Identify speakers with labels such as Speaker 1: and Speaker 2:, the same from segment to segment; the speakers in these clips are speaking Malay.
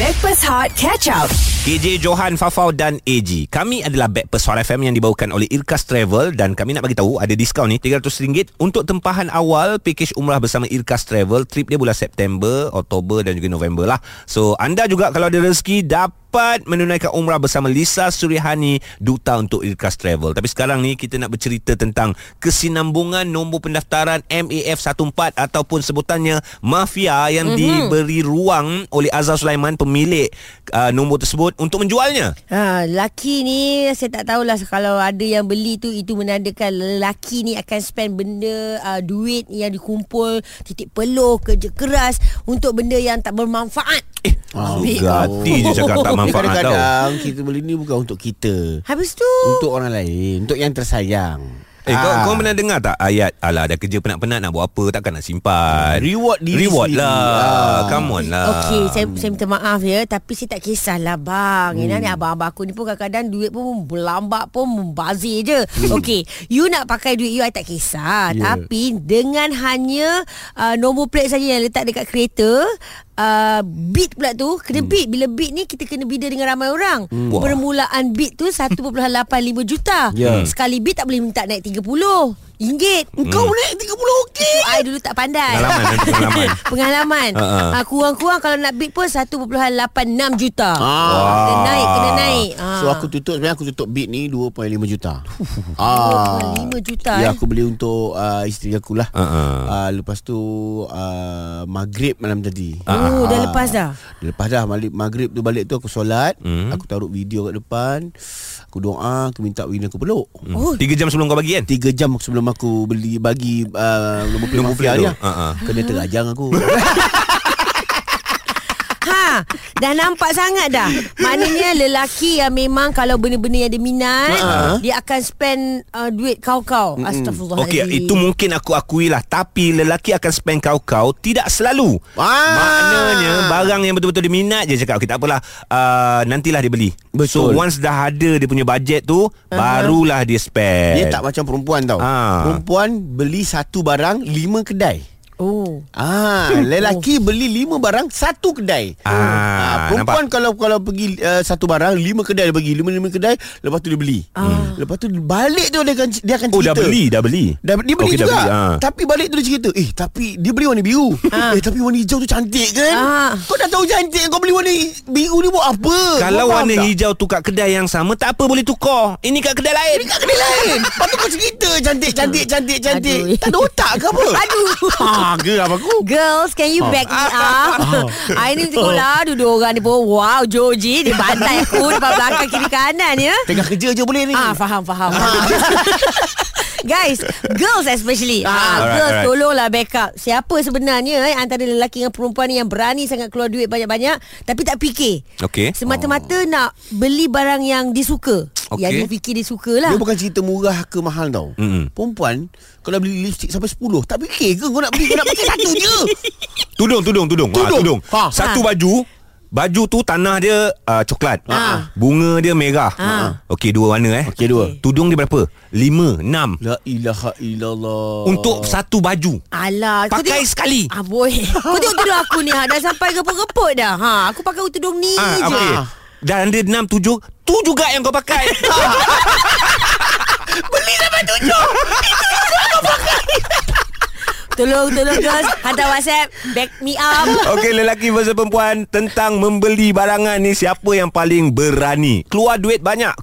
Speaker 1: Backpass Hot Catch Up.
Speaker 2: KJ Johan Fafau dan AG. Kami adalah Backpast Suara FM yang dibawakan oleh Irkas Travel dan kami nak bagi tahu ada diskaun ni RM300 untuk tempahan awal pakej umrah bersama Irkas Travel. Trip dia bulan September, Oktober dan juga November lah. So anda juga kalau ada rezeki dapat menunaikan umrah bersama Lisa Surihani duta untuk Irkas Travel. Tapi sekarang ni kita nak bercerita tentang kesinambungan nombor pendaftaran MAF14 ataupun sebutannya mafia
Speaker 3: Mhm.
Speaker 2: yang mm-hmm. diberi ruang oleh Azhar Sulaiman pemilik uh, nombor tersebut untuk menjualnya.
Speaker 4: Ha, lelaki ni saya tak tahulah kalau ada yang beli tu itu menandakan lelaki ni akan spend benda uh, duit yang dikumpul titik peluh kerja keras untuk benda yang tak bermanfaat.
Speaker 2: Eh, sugati je cakap tak manfaat tau.
Speaker 3: Oh. Kadang-kadang kita beli ni bukan untuk kita.
Speaker 4: Habis tu
Speaker 3: Untuk orang lain, untuk yang tersayang.
Speaker 2: Eh, kau,
Speaker 3: Ah.
Speaker 2: kau pernah dengar tak ayat Alah dah kerja penat-penat nak buat apa Takkan nak simpan
Speaker 3: Reward diri
Speaker 2: Reward
Speaker 3: sendiri.
Speaker 2: lah
Speaker 3: Ah.
Speaker 2: Come on lah
Speaker 4: Okey, saya, saya minta maaf ya Tapi saya tak kisahlah bang hmm. ni abang-abang aku ni pun kadang-kadang Duit pun berlambak pun Membazir je Okey, you nak pakai duit you I tak kisah yeah.
Speaker 3: Yeah.
Speaker 4: Tapi dengan hanya uh, Nombor plate saja yang letak dekat kereta Uh, beat pula tu Kena beat Bila beat ni Kita kena bida dengan ramai orang
Speaker 2: Wah.
Speaker 4: Permulaan beat tu 1.85 juta
Speaker 3: Ya.
Speaker 4: Sekali beat tak boleh minta naik 30 Ringgit Kau naik 30 okey Hmm. I dulu tak pandai
Speaker 2: Pengalaman eh, Pengalaman
Speaker 4: Pengalaman
Speaker 2: Ha, ha.
Speaker 4: uh, Kurang-kurang kalau nak bid pun 1.86 juta
Speaker 3: Ah.
Speaker 4: Kena naik Kena naik Ah.
Speaker 3: So aku tutup Sebenarnya aku tutup bid ni 2.5 juta ah.
Speaker 4: 2.5 juta, eh?
Speaker 3: Ya aku beli untuk uh, Isteri aku lah
Speaker 2: Ah, ah.
Speaker 3: uh, Lepas tu uh, Maghrib malam tadi
Speaker 2: Ah,
Speaker 4: Oh, dah lepas dah?
Speaker 3: Lepas dah malik, Maghrib tu balik tu aku solat
Speaker 2: Hmm.
Speaker 3: Aku taruh video kat depan Aku doa Aku minta win aku peluk
Speaker 4: Oh.
Speaker 2: Tiga jam sebelum kau bagi kan
Speaker 3: Tiga jam sebelum aku beli Bagi uh, Nombor plate
Speaker 2: Nombor
Speaker 3: mafia
Speaker 2: plate
Speaker 3: ni
Speaker 2: tu.
Speaker 3: lah.
Speaker 2: Ha, ha. Kan?
Speaker 3: Kena terajang aku
Speaker 4: Ha, dah nampak sangat dah. Maknanya lelaki yang memang kalau benda-benda yang dia minat,
Speaker 3: Ha.
Speaker 4: dia akan spend uh, duit kau-kau.
Speaker 2: Okey,
Speaker 4: Astagfirullahaladzim.
Speaker 2: itu mungkin aku akui lah Tapi lelaki akan spend kau-kau Tidak selalu
Speaker 3: Ah.
Speaker 2: Maknanya Barang yang betul-betul diminat je Cakap, okey tak apalah uh, Nantilah dia beli So,
Speaker 3: Betul.
Speaker 2: once dah ada dia punya bajet tu uh-huh. Barulah dia spend
Speaker 3: Dia tak macam perempuan tau
Speaker 2: Ah.
Speaker 3: Perempuan beli satu barang Lima kedai
Speaker 4: Oh.
Speaker 3: Ah, lelaki beli lima barang satu kedai.
Speaker 2: Oh.
Speaker 3: Ha,
Speaker 2: Ah,
Speaker 3: perempuan nampak? kalau kalau pergi uh, satu barang lima kedai dia pergi, lima-lima kedai, lepas tu dia beli. Ah. Lepas tu dia balik tu dia akan dia akan
Speaker 2: Oh,
Speaker 3: cerita.
Speaker 2: dah beli Dah beli
Speaker 3: Dah, dia beli
Speaker 2: Okey,
Speaker 3: juga
Speaker 2: dah beli, ah.
Speaker 3: Tapi balik tu dia cerita Eh tapi Dia beli warna biru Eh tapi warna hijau tu cantik kan
Speaker 4: Ah.
Speaker 3: Kau dah tahu cantik Kau beli warna hi- biru ni buat apa
Speaker 2: Kalau
Speaker 3: Kau faham
Speaker 2: warna
Speaker 3: tak?
Speaker 2: hijau tu kat kedai yang sama Tak apa boleh tukar Ini kat kedai lain
Speaker 3: Ni kat kedai lain Lepas tu kau cerita Cantik cantik cantik cantik
Speaker 4: Aduh.
Speaker 3: Tak ada otak ke apa
Speaker 4: Aduh.
Speaker 3: Ah, gerap aku
Speaker 4: Girls, can
Speaker 3: Ha.
Speaker 4: you back me up? I ni tengok lah dua-dua orang ni pun. Wow, Joji. Dia bantai aku depan belakang kiri kanan ya.
Speaker 3: Tengah kerja je boleh ni
Speaker 4: Ah, faham, faham. Guys, girls especially. Ah, ah
Speaker 2: Alright,
Speaker 4: girls
Speaker 2: alright.
Speaker 4: tolonglah back up. Siapa sebenarnya eh antara lelaki dengan perempuan ni yang berani sangat keluar duit banyak-banyak tapi tak fikir.
Speaker 2: Okey.
Speaker 4: Semata-mata oh. nak beli barang yang disuka.
Speaker 2: Okey.
Speaker 4: Okay. Yang dia fikir dia suka lah.
Speaker 3: Dia bukan cerita murah ke mahal tau
Speaker 2: Mm-mm.
Speaker 3: Perempuan Kalau beli lipstick sampai 10 Tak fikir ke kau nak beli Kau nak pakai satu je
Speaker 2: Tudung, tudung, tudung.
Speaker 3: Tudung.
Speaker 2: tudung.
Speaker 3: Ha.
Speaker 2: Satu
Speaker 4: Ha.
Speaker 2: baju Baju tu tanah dia uh, coklat
Speaker 4: Ha.
Speaker 2: Bunga dia merah ha. Okey dua warna eh
Speaker 3: Okey, dua.
Speaker 2: Tudung dia berapa? Lima, enam
Speaker 3: La ilaha illallah
Speaker 2: Untuk satu baju
Speaker 4: Alah kau
Speaker 2: Pakai
Speaker 4: tengok-
Speaker 2: sekali.
Speaker 4: Ah boy Kau tengok tudung aku ni ha, Dah sampai gepuk-gepuk dah ha, Aku pakai tudung ni
Speaker 2: Ah,
Speaker 4: je
Speaker 2: okey. Dan dia enam, tujuh Tu juga yang kau pakai
Speaker 4: Tolong tolong girls Hantar whatsapp Back me up
Speaker 2: Okey lelaki versus perempuan Tentang membeli barangan ni Siapa yang paling berani Keluar duit banyak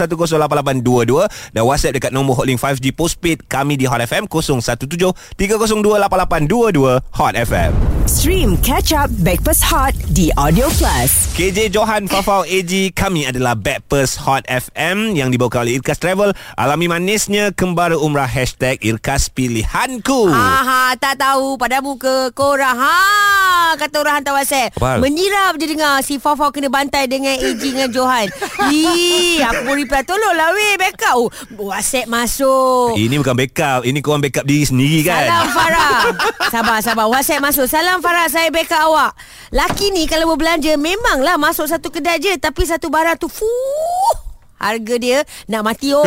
Speaker 2: 0377108822 Dan whatsapp dekat nombor hotline 5G postpaid Kami di Hot FM 0173028822 Hot FM
Speaker 1: Stream Catch Up Backpass Hot di Audio Plus.
Speaker 2: KJ Johan Fafau AG Kami adalah Backpers Hot FM Yang dibawakan oleh Irkas Travel Alami manisnya Kembara Umrah Hashtag Irkas Pilihanku
Speaker 4: Aha, tak tahu pada muka korang. Ha, kata orang hantar WhatsApp.
Speaker 2: Apa hal?
Speaker 4: Menyirap je dengar si Fafau kena bantai dengan AG dengan Johan. Ih, aku pun reply tolonglah weh back up. Oh, WhatsApp masuk.
Speaker 2: Ini bukan backup Ini korang backup diri sendiri kan
Speaker 4: Salam Farah Sabar sabar WhatsApp masuk Salam Farah Saya backup awak Laki ni kalau berbelanja Memanglah masuk satu kedai je Tapi satu barang tu Fuh Harga dia Nak mati oh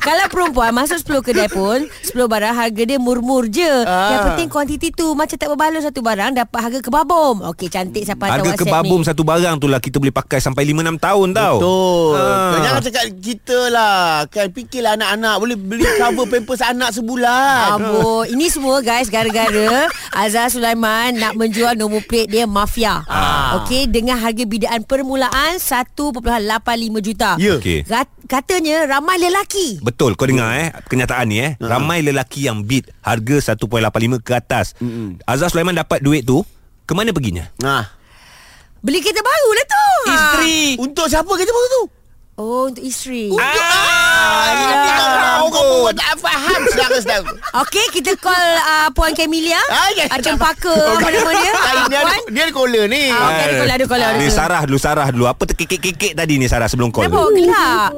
Speaker 4: Kalau perempuan masuk 10 kedai pun 10 barang harga dia murmur je
Speaker 3: Ah.
Speaker 4: Yang penting kuantiti tu Macam tak berbaloi satu barang Dapat harga kebabom Okey cantik siapa hantar
Speaker 2: Harga
Speaker 4: WhatsApp
Speaker 2: kebabum
Speaker 4: ni
Speaker 2: satu barang tu lah kita boleh pakai sampai 5-6 tahun tau.
Speaker 3: Betul
Speaker 2: Ah.
Speaker 3: ha. Jangan cakap kita lah kan, Fikirlah anak-anak Boleh beli cover pampers anak sebulan
Speaker 4: Abur. Ini semua guys gara-gara Azhar Sulaiman nak menjual nombor plate dia mafia. Ah. Okey dengan harga bidaan permulaan 1.85 juta.
Speaker 3: Ya.
Speaker 2: Okey.
Speaker 4: Rat- Katanya ramai lelaki.
Speaker 2: Betul kau dengar eh kenyataan ni
Speaker 3: Ha.
Speaker 2: eh uh-huh. ramai lelaki yang bid harga 1.85 ke atas. Uh-huh. Azhar Sulaiman dapat duit tu kemana perginya?
Speaker 3: Nah.
Speaker 4: Beli kereta baru lah tu.
Speaker 3: Untuk siapa kerja baru tu?
Speaker 4: Oh untuk isteri.
Speaker 3: Uh.
Speaker 2: Ah,
Speaker 3: Ini
Speaker 2: alah.
Speaker 3: tak tahu Kau pun tak faham Sedara-sedara
Speaker 4: Okey kita call uh, Puan Kemilia.
Speaker 3: Ah, ya.
Speaker 4: Ah, Cempaka apa nama dia?
Speaker 3: Ah, ini ada,
Speaker 4: Puan.
Speaker 3: Dia ada caller ni
Speaker 4: Ah, okey, ada call, ada call, ada
Speaker 2: Ni
Speaker 4: call.
Speaker 2: Sarah dulu Sarah dulu Apa terkekek-kekek tadi ni Sarah sebelum call
Speaker 4: Kenapa
Speaker 2: tu
Speaker 4: awak gelak?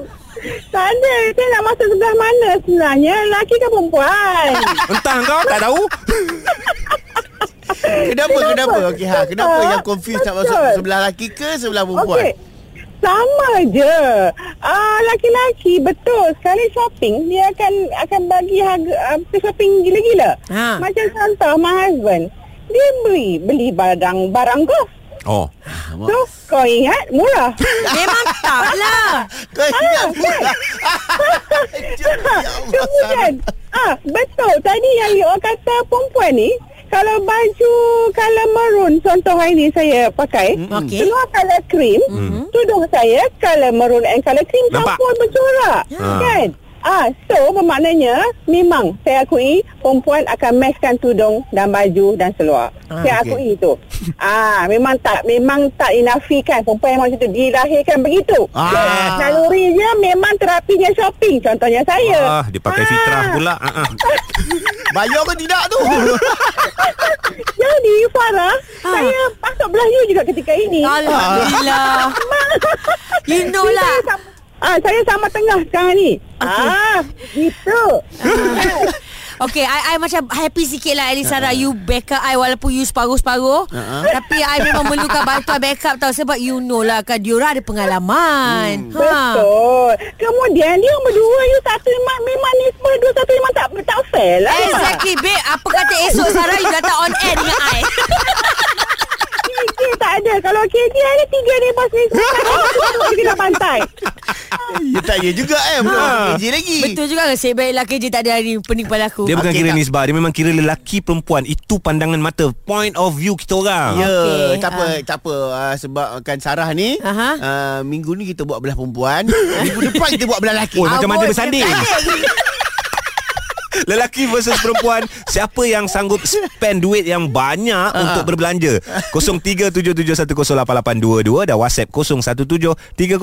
Speaker 5: Tak ada. Saya nak masuk sebelah mana sebenarnya? Lelaki ke perempuan?
Speaker 2: Entah kau tak tahu
Speaker 3: Kenapa Kenapa Okey ha Kenapa
Speaker 4: Ah.
Speaker 5: Betul.
Speaker 3: yang confused Nak masuk
Speaker 5: Betul.
Speaker 3: sebelah lelaki ke Sebelah perempuan
Speaker 5: Okey. Sama je. Ah, laki-laki betul sekali shopping dia akan akan bagi harga ah, shopping gila-gila.
Speaker 4: Ha.
Speaker 5: Macam contoh my husband dia beli beli barang barang kau.
Speaker 2: Oh
Speaker 5: So kau ingat murah.
Speaker 4: Memang tak lah.
Speaker 5: Ah.
Speaker 3: Kau ingat pula Ya
Speaker 5: Kemudian Ya ah betul tadi yang awak kata perempuan ni kalau baju colour maroon contoh hari ni saya pakai
Speaker 4: Mm-mm. Okey.
Speaker 5: seluar colour cream tudung saya colour maroon and colour cream
Speaker 2: Nampak?
Speaker 5: campur bercorak
Speaker 2: Ah.
Speaker 5: kan Ah, so bermaknanya memang saya akui perempuan akan matchkan tudung dan baju dan seluar.
Speaker 4: Ah,
Speaker 3: okey.
Speaker 5: saya akui itu. ah, memang tak memang tak dinafikan perempuan yang macam tu dilahirkan begitu.
Speaker 3: Ah.
Speaker 5: Naluri dia memang terapinya shopping. Contohnya saya.
Speaker 4: Ya.
Speaker 2: ah, Dia pakai fitrah pula ah, ah.
Speaker 3: Bayar ke tidak tu
Speaker 5: Jadi Farah Saya masuk belah you juga ketika ini
Speaker 4: Alhamdulillah. You know
Speaker 5: Jadi,
Speaker 4: lah.
Speaker 5: saya sama- Ah, saya sama tengah sekarang ni. Okay. Ah, gitu.
Speaker 4: Okay, I, I macam happy sikit lah
Speaker 2: Ha,
Speaker 4: Elisara. You backup I walaupun you separuh-separuh. Uh-huh. Tapi I memang perlukan bantuan backup tau. Sebab you know lah kan Diora ada pengalaman. Hmm.
Speaker 5: Betul. Kemudian dia berdua you satu memang memang ni semua dua satu memang tak tak fair lah.
Speaker 4: Exactly, babe. Apa kata esok Sarah you datang on air dengan I.
Speaker 5: KJ tak ada. Kalau KJ ada tiga ni bos ni semua duduk di kedai pantai.
Speaker 3: Ya tak ya juga eh Belum
Speaker 2: Ah.
Speaker 3: masuk kerja lagi
Speaker 4: Betul juga ke? Sebab baiklah kerja tak ada hari ni. Pening kepala aku.
Speaker 2: Dia bukan
Speaker 3: Okey,
Speaker 2: kira
Speaker 3: tak.
Speaker 2: nisbah Dia memang kira lelaki perempuan Itu pandangan mata Point of view kita orang
Speaker 3: Ya,
Speaker 4: Okey, ah.
Speaker 3: okay, tak apa, tak apa. Uh, sebab kan Sarah ni,
Speaker 4: Aha.
Speaker 3: uh, minggu ni kita buat belah perempuan, minggu depan kita buat belah lelaki.
Speaker 2: Oh,
Speaker 4: Abang
Speaker 2: macam mana
Speaker 4: dia
Speaker 2: bersanding?
Speaker 4: bersanding.
Speaker 2: Lelaki versus perempuan Siapa yang sanggup Spend duit yang banyak Untuk berbelanja 0377108822 Dan whatsapp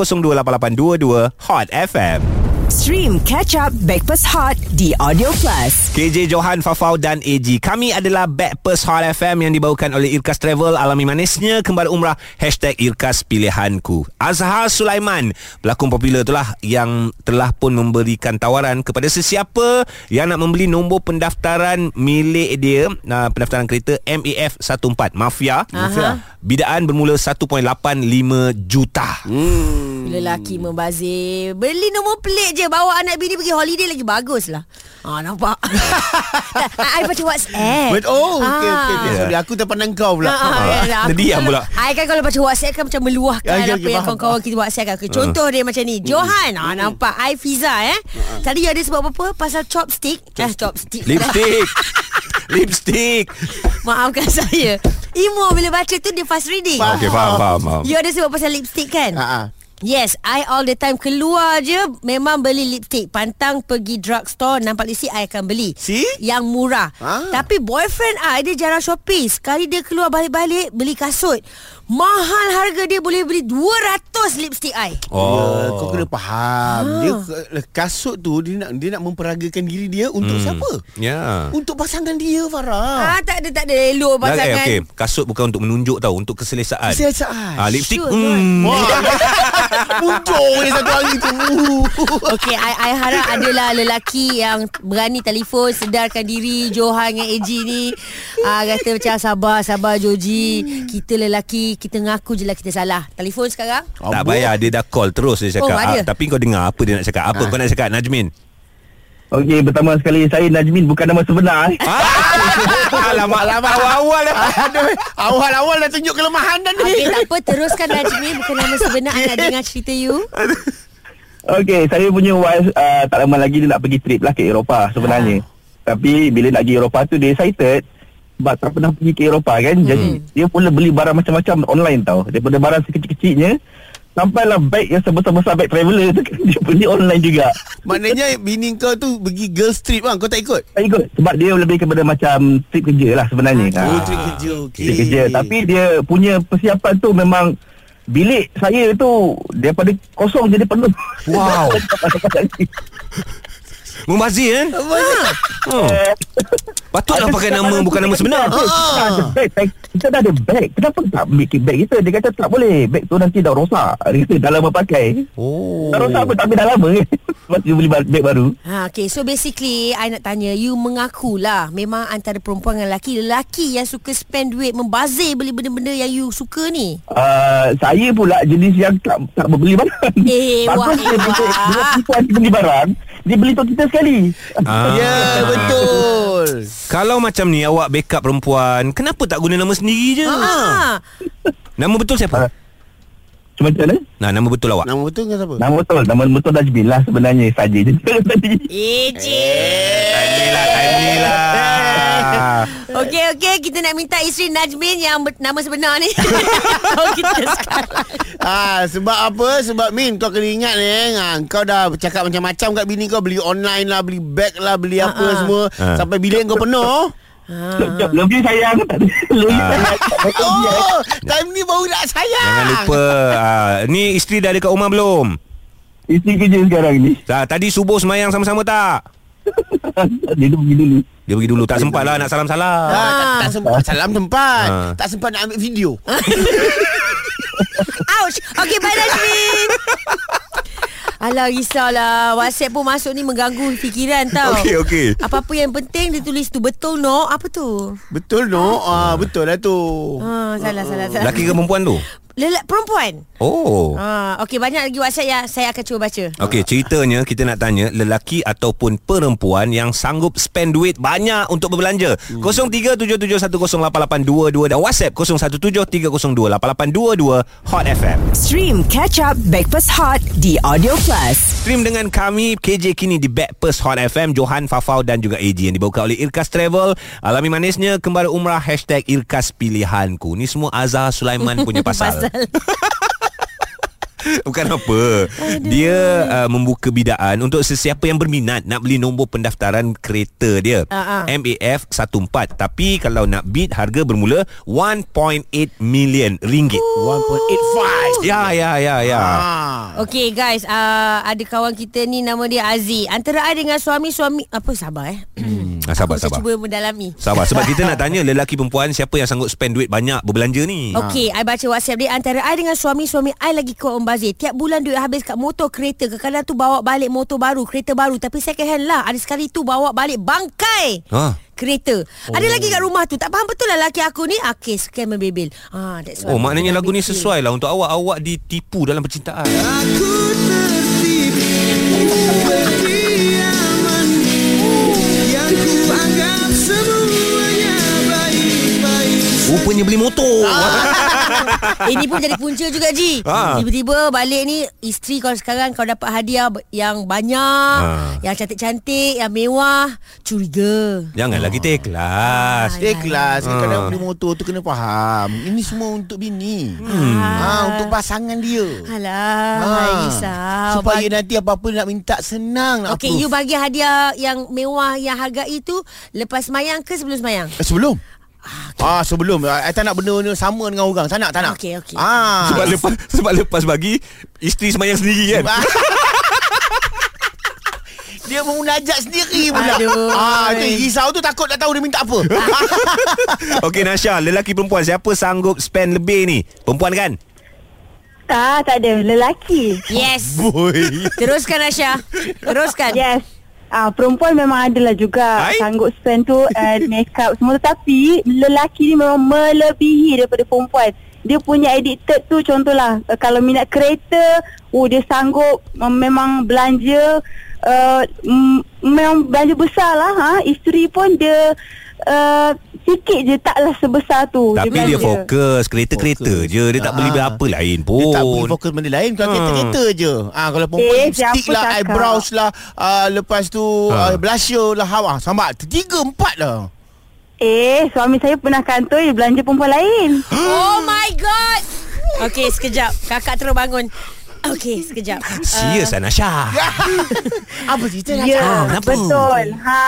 Speaker 2: 0173028822 Hot FM
Speaker 6: Stream Catch Up Backpass Hot di Audio Plus.
Speaker 2: KJ Johan, Fafau dan AG Kami adalah Backpers Hot FM Yang dibawakan oleh Irkas Travel Alami manisnya Kembali umrah Hashtag Irkas Pilihanku Azhar Sulaiman Pelakon popular itulah Yang telah pun memberikan tawaran Kepada sesiapa Yang nak membeli nombor pendaftaran Milik dia uh, Pendaftaran kereta MAF14 Mafia Mafia Bidaan bermula 1.85 juta
Speaker 4: Lelaki
Speaker 3: Hmm.
Speaker 4: membazir Beli nombor plate je Bawa anak bini pergi holiday lagi Bagus lah ah, Nampak I, I baca WhatsApp
Speaker 3: But, oh, okey, okey. Okay.
Speaker 2: Ah.
Speaker 3: Sorry, aku terpandang kau pula.
Speaker 4: Ah, ah, ya, aku
Speaker 2: Dia diam
Speaker 4: kalau-
Speaker 2: pula.
Speaker 4: I kan kalau baca WhatsApp kan macam meluahkan apa
Speaker 3: Ya, ya, ya,
Speaker 4: yang
Speaker 3: faham. Ah. Hmm.
Speaker 4: kawan-kawan kita WhatsApp kan. Okay, Contoh dia macam ni. Johan, ah nampak I Fiza eh. Tadi you ada sebab apa? Pasal chopstick. Eh chopstick.
Speaker 2: Lipstick Lipstick
Speaker 4: Maafkan saya. Imo bila baca tu dia fast reading.
Speaker 2: Okey faham Ya faham, faham.
Speaker 4: You ada sebab pasal lipstick kan?
Speaker 3: Ha ah.
Speaker 4: Yes, I all the time keluar je memang beli lipstick. Pantang pergi drugstore nampak lipstick I akan beli.
Speaker 3: See?
Speaker 4: Yang murah.
Speaker 3: Ah.
Speaker 4: Tapi boyfriend I dia jarang shopping. Sekali dia keluar balik-balik beli kasut. Mahal harga dia boleh beli 200 lipstick I.
Speaker 3: Oh. kau kena faham.
Speaker 4: Ah.
Speaker 3: Dia ke- kasut tu dia nak dia nak memperagakan diri dia untuk siapa?
Speaker 2: Ya
Speaker 3: Untuk pasangan dia Farah.
Speaker 4: Ah, tak ada tak ada elok
Speaker 2: Dah, eh,
Speaker 4: pasangan.
Speaker 2: okay. Kasut bukan untuk menunjuk tau Untuk keselesaan
Speaker 3: Kesejahteraan.
Speaker 2: ah, Lipstick
Speaker 4: Sure,
Speaker 2: hmm.
Speaker 3: Wah. Muncul ni satu hari tu.
Speaker 4: Okay, I, I harap adalah lelaki yang berani telefon, sedarkan diri Johan dengan AG ni. Uh, kata macam sabar, sabar Joji. Kita lelaki, kita ngaku je lah kita salah. Telefon sekarang.
Speaker 2: Tak payah Dia dah call terus Dia cakap
Speaker 4: Oh, ada.
Speaker 2: ah, Tapi kau dengar Apa dia nak cakap Apa kau nak cakap Najmin
Speaker 5: Okey, pertama sekali saya Najmin bukan nama sebenar. Eh.
Speaker 2: Ah, alamak, alamak. Awal-awal dah.
Speaker 3: Aduh, awal-awal dah tunjuk kelemahan dan
Speaker 4: Okey tak apa Teruskan Najmi Bukan nama sebenar I nak dengar cerita you
Speaker 5: Okey, saya punya wife uh, tak lama lagi dia nak pergi trip lah ke Eropah sebenarnya. Tapi bila nak pergi Eropah tu dia excited sebab tak pernah pergi ke Eropah kan. Hmm. Jadi dia pula beli barang macam-macam online tau. Daripada barang sekecil-kecilnya sampailah beg yang sebesar-besar beg traveler tu kan? dia beli online juga.
Speaker 3: Maknanya bini kau tu pergi girls trip bang, kau tak ikut?
Speaker 5: Saya ikut sebab dia lebih kepada macam trip kerja lah sebenarnya.
Speaker 3: Oh,
Speaker 5: Ah.
Speaker 3: trip kerja. Okey.
Speaker 5: Dia kerja Tapi dia punya persiapan tu memang Bilik saya tu Daripada kosong jadi penuh
Speaker 2: Wow. Membazir kan? Oh. Patutlah pakai nama bukan nama sebenar. Ah.
Speaker 5: Kita dah ada bag, bag, Kita dah ada bag Kenapa tak bikin bag kita Dia kata tak boleh Bag tu nanti dah rosak Dia kata dah lama pakai
Speaker 2: Oh.
Speaker 5: Dah rosak pun tak ambil dah lama Sebab dia beli bag baru
Speaker 4: ha, Okay so basically I nak tanya You mengakulah Memang antara perempuan dengan lelaki Lelaki yang suka spend duit Membazir beli benda-benda Yang you suka ni
Speaker 5: Uh, saya pula jenis yang tak, tak berbeli barang
Speaker 4: Eh, wah,
Speaker 5: Bagus dia
Speaker 4: eh,
Speaker 5: beli
Speaker 4: wah.
Speaker 5: Bila kita anti beli barang Dia beli untuk kita sekali
Speaker 2: Ah.
Speaker 3: Ya, betul.
Speaker 2: Kalau macam ni awak backup perempuan, kenapa tak guna nama sendiri je?
Speaker 4: Ah,
Speaker 2: Nama betul siapa?
Speaker 5: Macam mana?
Speaker 2: Nah, nama betul awak.
Speaker 3: Nama betul ke siapa?
Speaker 5: Nama betul Nama betul Najmin lah sebenarnya saja je tadi
Speaker 4: Eh je
Speaker 2: Timely lah, timely lah.
Speaker 3: Eh.
Speaker 4: Okey okey kita nak minta isteri Najmin yang ber- nama sebenar ni. Tahu kita sekarang.
Speaker 3: Ah, sebab apa? Sebab Min kau kena ingat ni eh. Ah, kau dah cakap macam-macam kat bini kau beli online lah, beli bag lah, beli apa
Speaker 4: ah.
Speaker 3: semua
Speaker 2: Ah.
Speaker 3: sampai bilik kau penuh.
Speaker 5: Jom, Lebih sayang tak ada. Lebih sayang
Speaker 3: Oh, time ni baru nak
Speaker 2: ya.
Speaker 3: sayang.
Speaker 2: Jangan lupa ah, Ni isteri dah dekat rumah belum?
Speaker 5: Isteri kerja sekarang ni
Speaker 2: Dah, tadi subuh semayang sama-sama tak?
Speaker 5: Dia tu pergi dulu
Speaker 2: Dia pergi dulu Tak sempat lah nak salam-salam
Speaker 3: Ah, tak, tak sempat salam tempat.
Speaker 2: Ah.
Speaker 3: Tak sempat nak ambil video.
Speaker 4: Ouch. Okey bye Najmin. Alah risaulah WhatsApp pun masuk ni mengganggu fikiran tau
Speaker 2: Okey, okey.
Speaker 4: Apa-apa yang penting dia tulis tu Betul no Apa tu
Speaker 3: Betul no? Ah, betul lah tu.
Speaker 4: ah, Salah salah salah
Speaker 2: Lelaki ke perempuan tu?
Speaker 4: Lelak perempuan
Speaker 2: Oh
Speaker 4: ah, Okey banyak lagi WhatsApp yang Saya akan cuba baca
Speaker 2: Okey, ceritanya kita nak tanya lelaki ataupun perempuan yang sanggup spend duit banyak untuk berbelanja. Hmm. 0377108822 dan WhatsApp 0173028822 Hot FM.
Speaker 1: Stream Catch Up Backpass Hot di Audio Plus.
Speaker 2: Stream dengan kami KJ Kini di Backpers Hot FM Johan Fafau dan juga AG Yang dibawa oleh Irkas Travel Alami manisnya Kembali umrah Hashtag Irkas Pilihanku Ni semua Azhar Sulaiman punya pasal Bukan apa Dia uh, membuka bidaan Untuk sesiapa yang berminat Nak beli nombor pendaftaran kereta dia
Speaker 4: Ah, ah.
Speaker 2: MAF 14 Tapi kalau nak bid Harga bermula 1.8 million ringgit
Speaker 3: Oh.
Speaker 2: 1.85 Ya ya ya ya
Speaker 3: Ah.
Speaker 4: Okey guys, uh, ada kawan kita ni nama dia Aziz. Antara I dengan suami-suami apa sabar eh. Hmm,
Speaker 2: Ah, sabar, sabar.
Speaker 4: cuba mendalami.
Speaker 2: Sabar sebab kita nak tanya lelaki perempuan siapa yang sanggup spend duit banyak berbelanja ni.
Speaker 4: Okey, I baca WhatsApp dia antara I dengan suami-suami I lagi kuat membazir. Tiap bulan duit habis kat motor kereta. Kadang-kadang tu bawa balik motor baru, kereta baru tapi second hand lah. Ada sekali tu bawa balik bangkai.
Speaker 2: Ha.
Speaker 4: Kereta oh. Ada lagi kat rumah tu Tak faham betul lah laki aku ni Okay scam membebel ah, that's why.
Speaker 2: Oh maknanya lagu ni
Speaker 4: Habis duit.
Speaker 2: sesuai lah untuk awak awak ditipu dalam percintaan. Rupanya beli motor.
Speaker 4: Ini Eh, pun jadi punca juga Ji
Speaker 2: Ha.
Speaker 4: Tiba-tiba balik ni Isteri kau sekarang Kau dapat hadiah b- Yang banyak
Speaker 2: Ha.
Speaker 4: Yang cantik-cantik Yang mewah Curiga
Speaker 2: Janganlah kita ikhlas.
Speaker 3: Dia kelas Kadang-kadang beli motor tu kena faham Ini semua untuk bini hmm. ha, Untuk pasangan dia
Speaker 4: Ah. Alah ha. Risau
Speaker 3: Ah, Supaya
Speaker 4: Bag-
Speaker 3: nanti apa-apa nak minta Senang nak
Speaker 4: Okay
Speaker 3: approve.
Speaker 4: you bagi hadiah Yang mewah Yang harga itu Lepas mayang ke sebelum mayang?
Speaker 3: Eh, Sebelum Ah sebelum I tak nak benda ni sama dengan orang Tak nak tak nak
Speaker 4: Okey, okey.
Speaker 3: Ah
Speaker 2: Sebab lepas sebab lepas bagi isteri semayang sendiri kan.
Speaker 3: Dia mau munajat sendiri pula
Speaker 4: Aduh.
Speaker 3: Ah tu risau tu takut tak tahu dia minta apa
Speaker 2: Okey Nasha, lelaki perempuan siapa sanggup spend lebih ni? Perempuan kan?
Speaker 7: Tak, Ah, tak ada. Lelaki.
Speaker 4: Yes
Speaker 2: Boy.
Speaker 4: Teruskan Aisyah Teruskan
Speaker 7: Yes. Ah perempuan memang adalah juga
Speaker 2: Kan? Hai.
Speaker 7: sanggup spend tu uh, makeup semua tetapi lelaki ni memang melebihi daripada perempuan. Dia punya addicted tu eh, contohlah uh, kalau minat kereta, oh dia sanggup uh, memang belanja uh, mm, memang belanja besar lah ha. Isteri pun dia uh, sikit je taklah sebesar tu.
Speaker 2: Tapi dia
Speaker 7: belanja.
Speaker 2: fokus Kereta-kereta
Speaker 3: Fokus.
Speaker 2: je Dia tak beli
Speaker 3: Ah.
Speaker 2: apa lain pun
Speaker 3: Dia tak boleh fokus benda lain Kalau
Speaker 2: Ha.
Speaker 3: kereta-kereta je ha, Kalau perempuan
Speaker 7: Eh,
Speaker 3: lipstick
Speaker 7: siapa
Speaker 3: lah
Speaker 7: cakap?
Speaker 3: Eyebrows lah uh, Lepas tu
Speaker 2: Ha.
Speaker 3: uh, Blusher lah ha, Sama Tiga empat lah
Speaker 7: Eh, suami saya pernah kantor dia belanja perempuan lain.
Speaker 4: Oh my god. Okey, sekejap. Kakak terus bangun. Okey, sekejap.
Speaker 2: Serius
Speaker 4: Ah.
Speaker 2: uh, Anasha
Speaker 3: Apa cerita
Speaker 7: Ya,
Speaker 2: Ah,
Speaker 3: yeah.
Speaker 7: yeah,
Speaker 2: kenapa?
Speaker 7: betul. Ha.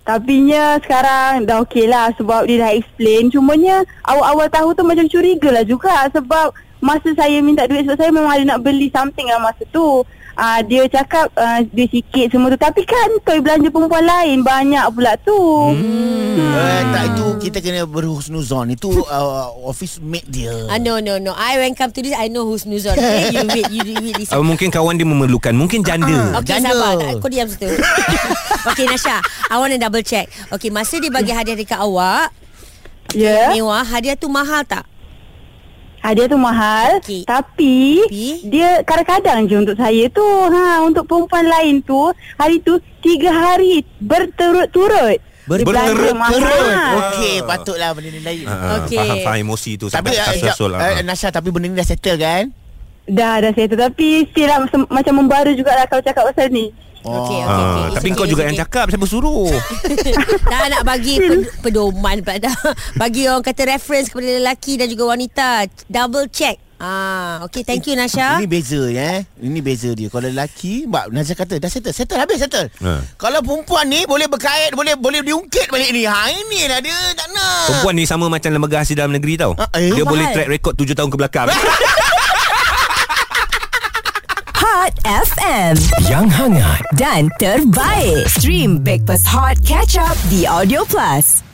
Speaker 7: Tapinya sekarang dah okey lah sebab dia dah explain. Cumanya awal-awal tahu tu macam curiga lah juga sebab masa saya minta duit sebab saya memang ada nak beli something lah masa tu. Uh, dia cakap uh, dia sikit semua tu Tapi kan kau belanja perempuan lain Banyak pula tu hmm.
Speaker 3: Eh, tak itu kita kena berhusnuzon Itu uh, office mate dia
Speaker 4: Uh, ah, no, no, no. I when come to this, I know who's Nuzon. Okay, you wait, you wait. Listen.
Speaker 2: uh, Mungkin kawan dia memerlukan
Speaker 4: Ah,
Speaker 2: Mungkin janda uh,
Speaker 4: Okay,
Speaker 3: Janda.
Speaker 4: sabar. Tak, Kau diam situ. okay, Nasha. I want to double check. Okay, masa dia bagi hadiah dekat awak,
Speaker 7: Ya yeah.
Speaker 4: mewah, hadiah tu mahal tak?
Speaker 7: Hadiah Ah, tu mahal
Speaker 4: Okey.
Speaker 7: okay. Tapi
Speaker 4: Tapi?
Speaker 7: Dia kadang-kadang je untuk saya tu ha, Untuk perempuan lain tu Hari tu Tiga hari Berturut-turut Dia belanja
Speaker 2: Berturut-turut.
Speaker 7: mahal.
Speaker 4: Ah.
Speaker 3: Okey patutlah benda ni lain uh,
Speaker 2: uh,
Speaker 4: Okey.
Speaker 2: Faham, faham emosi tu
Speaker 3: Tapi
Speaker 2: Sampai
Speaker 3: uh,
Speaker 2: tak
Speaker 3: sekejap,
Speaker 2: susul
Speaker 3: uh, Nasha tapi benda ni dah settle kan
Speaker 7: Dah dah settle Tapi still lah sem- Macam membara jugalah Kalau cakap pasal ni
Speaker 3: Oh,
Speaker 4: Okey, okey.
Speaker 2: Ah,
Speaker 4: okay.
Speaker 2: Tapi kau juga yang cakap Siapa suruh
Speaker 4: tak nak bagi ped- pedoman pula dah. Bagi orang kata reference kepada lelaki dan juga wanita. Double check. Ah, okay, thank you Nasha.
Speaker 3: Ini beza eh. Ini beza dia. Kalau lelaki, Mbak Nazir kata dah settle, settle habis settle.
Speaker 2: Ha.
Speaker 3: Kalau perempuan ni boleh berkait, boleh boleh diungkit balik ni. Ha inilah dia tak nak.
Speaker 2: Perempuan ni sama macam lembaga hasil dalam negeri tau
Speaker 3: Ah, eh.
Speaker 4: Mahal.
Speaker 2: Dia boleh track record 7 tahun ke belakang
Speaker 1: Hot FM
Speaker 8: Yang hangat
Speaker 1: dan terbaik. Stream Breakfast Hot Catch Up di Audio Plus.